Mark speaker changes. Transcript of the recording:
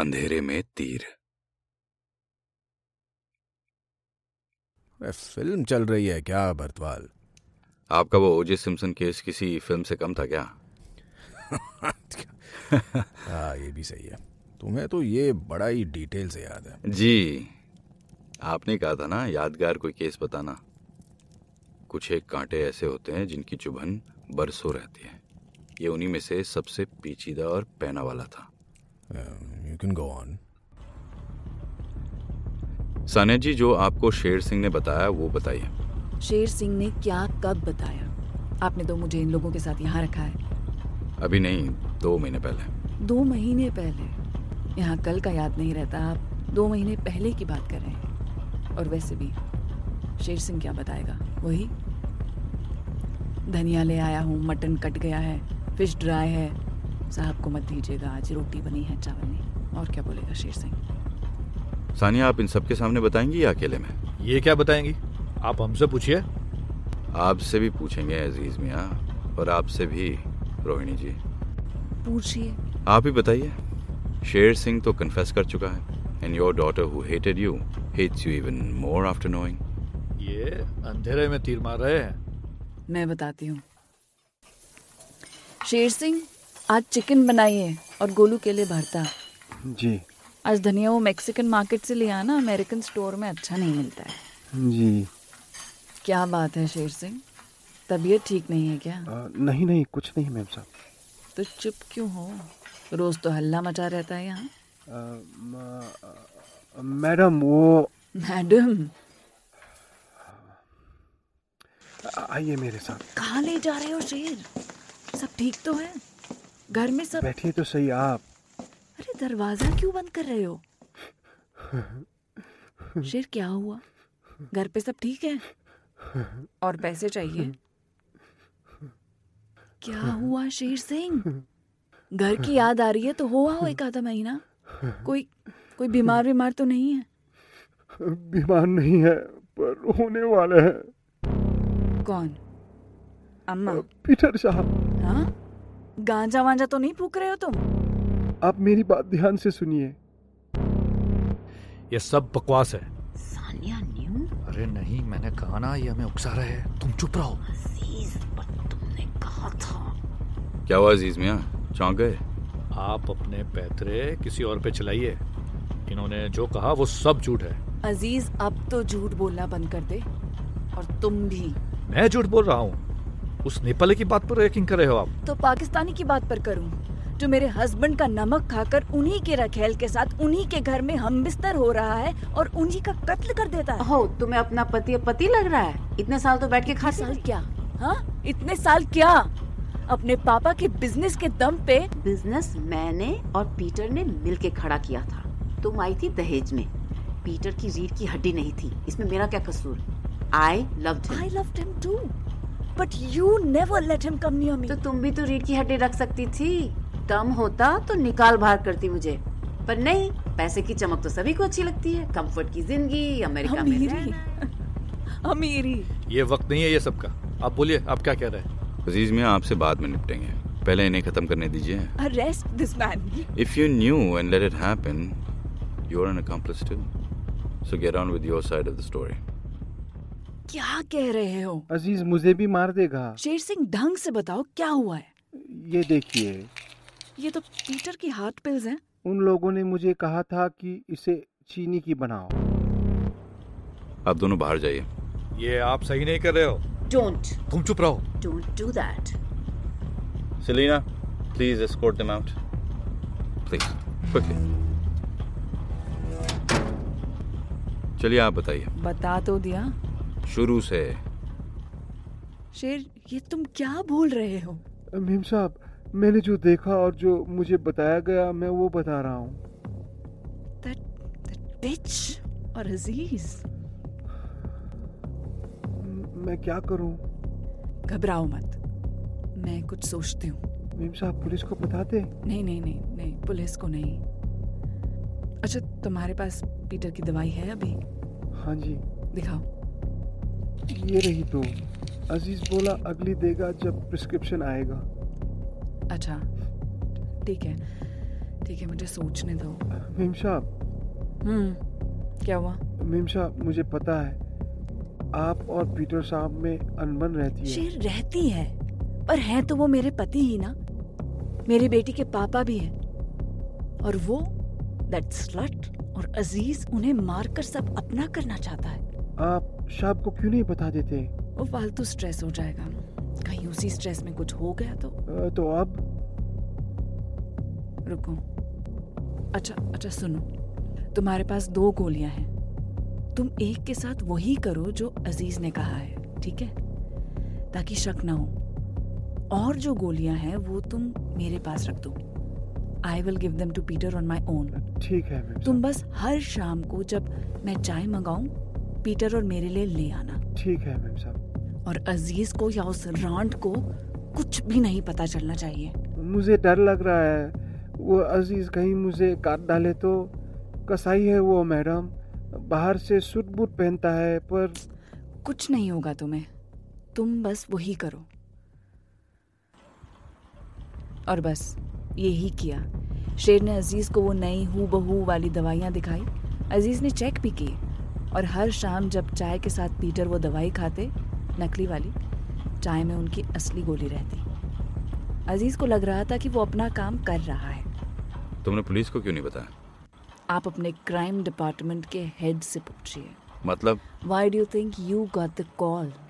Speaker 1: अंधेरे में तीर
Speaker 2: अरे, फिल्म चल रही है क्या भरतवाल
Speaker 1: आपका वो ओजे सिम्पसन केस किसी फिल्म से कम था क्या
Speaker 2: हाँ ये भी सही है तुम्हें तो ये बड़ा ही डिटेल से याद है
Speaker 1: जी आपने कहा था ना यादगार कोई केस बताना कुछ एक कांटे ऐसे होते हैं जिनकी चुभन बरसों रहती है ये उन्हीं में से सबसे पेचीदा और पैना वाला था
Speaker 2: you can go on
Speaker 1: Sania ji जो आपको शेर सिंह ने बताया वो बताइए
Speaker 3: शेर सिंह ने क्या कब बताया आपने तो मुझे इन लोगों के साथ यहाँ रखा है
Speaker 1: अभी नहीं दो महीने पहले
Speaker 3: दो महीने पहले यहाँ कल का याद नहीं रहता आप दो महीने पहले की बात कर रहे हैं और वैसे भी शेर सिंह क्या बताएगा वही धनिया ले आया हूँ मटन कट गया है फिश ड्राई है साहब को मत दीजिएगा आज रोटी बनी है चावल नहीं और क्या बोलेगा शेर सिंह
Speaker 1: सानिया आप इन सबके सामने बताएंगी या अकेले में
Speaker 4: ये क्या बताएंगी आप हमसे पूछिए
Speaker 1: आपसे भी पूछेंगे अजीज मियाँ और आपसे भी रोहिणी जी
Speaker 3: पूछिए
Speaker 1: आप ही बताइए शेर सिंह तो कन्फेस कर चुका है and your daughter who hated you hates you even more after knowing
Speaker 4: ये अंधेरे में तीर मार रहे हैं
Speaker 3: मैं बताती हूँ शेर सिंह आज चिकन बनाइए और गोलू के लिए भरता
Speaker 5: जी
Speaker 3: आज धनिया वो मेक्सिकन मार्केट से ले आना अमेरिकन स्टोर में अच्छा नहीं मिलता है
Speaker 5: जी
Speaker 3: क्या बात है शेर सिंह तबीयत ठीक नहीं है क्या
Speaker 5: आ, नहीं नहीं कुछ नहीं मैम साहब
Speaker 3: तो चुप क्यों हो रोज तो हल्ला मचा रहता है यहाँ
Speaker 5: आ, म- आ, मैडम वो
Speaker 3: मैडम
Speaker 5: आ- आइए मेरे साथ
Speaker 3: कहाँ ले जा रहे हो शेर सब ठीक तो है घर में सब
Speaker 5: बैठिए तो सही आप
Speaker 3: अरे दरवाजा क्यों बंद कर रहे हो शेर क्या हुआ घर पे सब ठीक है और पैसे चाहिए क्या हुआ शेर सिंह घर की याद आ रही है तो हुआ हो एक आधा महीना कोई कोई बीमार बीमार तो नहीं है
Speaker 5: बीमार नहीं है पर होने वाले हैं
Speaker 3: कौन अम्मा
Speaker 5: पीटर साहब
Speaker 3: हाँ गांजा वांजा तो नहीं फूक रहे हो तुम
Speaker 5: आप मेरी बात ध्यान से सुनिए
Speaker 4: ये सब बकवास है
Speaker 6: सानिया न्यू
Speaker 4: अरे नहीं मैंने कहा ना ये हमें उकसा रहे हैं तुम चुप रहो
Speaker 6: अजीज पर तुमने कहा था
Speaker 1: क्या हुआ अजीज मियाँ चौंक गए
Speaker 4: आप अपने पैतरे किसी और पे चलाइए इन्होंने जो कहा वो सब झूठ है
Speaker 3: अजीज अब तो झूठ बोलना बंद कर दे और तुम भी
Speaker 4: मैं झूठ बोल रहा हूँ उस नेपाली की बात पर यकीन कर रहे हो आप
Speaker 3: तो पाकिस्तानी की बात पर करूं जो मेरे हस्बैंड का नमक खाकर उन्हीं के रखेल के साथ उन्हीं के घर में हम बिस्तर हो रहा है और उन्हीं का कत्ल कर देता है
Speaker 7: हो तुम्हें अपना पति पति लग रहा है इतने साल तो बैठ के
Speaker 3: इतने
Speaker 7: खाते
Speaker 3: साल
Speaker 7: रहे।
Speaker 3: क्या हाँ इतने साल क्या अपने पापा के बिजनेस के दम पे
Speaker 7: बिजनेस मैंने और पीटर ने मिलके खड़ा किया था तुम आई थी दहेज में पीटर की रीढ़ की हड्डी नहीं थी इसमें मेरा क्या कसूर I love
Speaker 3: I love him too but you never let him come near me
Speaker 7: तो तुम भी तो रीढ़ की हड्डी रख सकती थी दम होता तो निकाल बाहर करती मुझे पर नहीं पैसे की चमक तो सभी को अच्छी लगती है कंफर्ट की जिंदगी अमेरिका में
Speaker 3: अमीरी
Speaker 7: रहना।
Speaker 3: अमीरी
Speaker 4: ये वक्त नहीं है ये सब का आप बोलिए आप क्या कह रहे हैं
Speaker 1: अजीज मियाँ आपसे बाद में निपटेंगे पहले इन्हें खत्म करने दीजिए
Speaker 3: arrest this man
Speaker 1: If you knew and let it happen, you're an accomplice too. So get on with your side of the story.
Speaker 3: क्या कह रहे हो
Speaker 5: अजीज मुझे भी मार देगा
Speaker 3: शेर सिंह ढंग से बताओ क्या हुआ है
Speaker 5: ये देखिए
Speaker 3: ये तो पीटर की हार्ट पिल्स हैं
Speaker 5: उन लोगों ने मुझे कहा था कि इसे चीनी की बनाओ
Speaker 1: आप दोनों बाहर जाइए
Speaker 4: ये आप सही नहीं कर रहे हो
Speaker 7: डोंट
Speaker 4: तुम चुप रहो
Speaker 7: don't do that
Speaker 1: Selena, please escort them out. Please, quickly. चलिए आप बताइए
Speaker 3: बता तो दिया
Speaker 1: शुरू से
Speaker 3: शेर ये तुम क्या बोल रहे हो
Speaker 5: मेम साहब मैंने जो देखा और जो मुझे बताया गया मैं वो बता रहा हूँ
Speaker 3: दैट दैट बिच और अजीज
Speaker 5: मैं क्या करूँ
Speaker 3: घबराओ मत मैं कुछ सोचती हूँ
Speaker 5: मेम साहब पुलिस को बता दे
Speaker 3: नहीं नहीं नहीं नहीं पुलिस को नहीं अच्छा तुम्हारे पास पीटर की दवाई है अभी
Speaker 5: हाँ जी
Speaker 3: दिखाओ
Speaker 5: ये रही तो अजीज बोला अगली देगा जब प्रिस्क्रिप्शन आएगा
Speaker 3: अच्छा ठीक है ठीक है मुझे सोचने दो
Speaker 5: मेम साहब
Speaker 3: हम्म क्या हुआ
Speaker 5: मेम साहब मुझे पता है आप और पीटर साहब में अनबन रहती है
Speaker 8: शेर रहती है पर है तो वो मेरे पति ही ना मेरी बेटी के पापा भी है और वो दैट स्लट और अजीज उन्हें मारकर सब अपना करना चाहता है
Speaker 5: आप साहब को क्यों नहीं बता देते
Speaker 3: वो फालतू स्ट्रेस हो जाएगा कहीं उसी स्ट्रेस में कुछ हो गया तो
Speaker 5: अ, तो अब
Speaker 3: रुको अच्छा अच्छा सुनो तुम्हारे पास दो गोलियां हैं तुम एक के साथ वही करो जो अजीज ने कहा है ठीक है ताकि शक ना हो और जो गोलियां हैं वो तुम मेरे पास रख दो I will give them to Peter on my own
Speaker 5: ठीक है मेम
Speaker 3: तुम बस हर शाम को जब मैं चाय मंगाऊं पीटर और मेरे लिए ले आना
Speaker 5: साहब ठीक है मेम साहब
Speaker 3: और अजीज को या उस रांड को कुछ भी नहीं पता चलना चाहिए
Speaker 5: मुझे डर लग रहा है वो अजीज कहीं मुझे काट डाले तो कसाई है वो मैडम बाहर से सूट बूट पहनता है पर
Speaker 3: कुछ नहीं होगा तुम्हें तुम बस वही करो और बस यही किया शेर ने अजीज को वो नई हु बहू वाली दवाइयाँ दिखाई अजीज ने चेक भी की और हर शाम जब चाय के साथ पीटर वो दवाई खाते नकली वाली चाय में उनकी असली गोली रहती अजीज को लग रहा था कि वो अपना काम कर रहा है
Speaker 1: तुमने पुलिस को क्यों नहीं बताया
Speaker 3: आप अपने क्राइम डिपार्टमेंट के हेड से पूछिए
Speaker 1: मतलब
Speaker 3: Why do you think you got the call?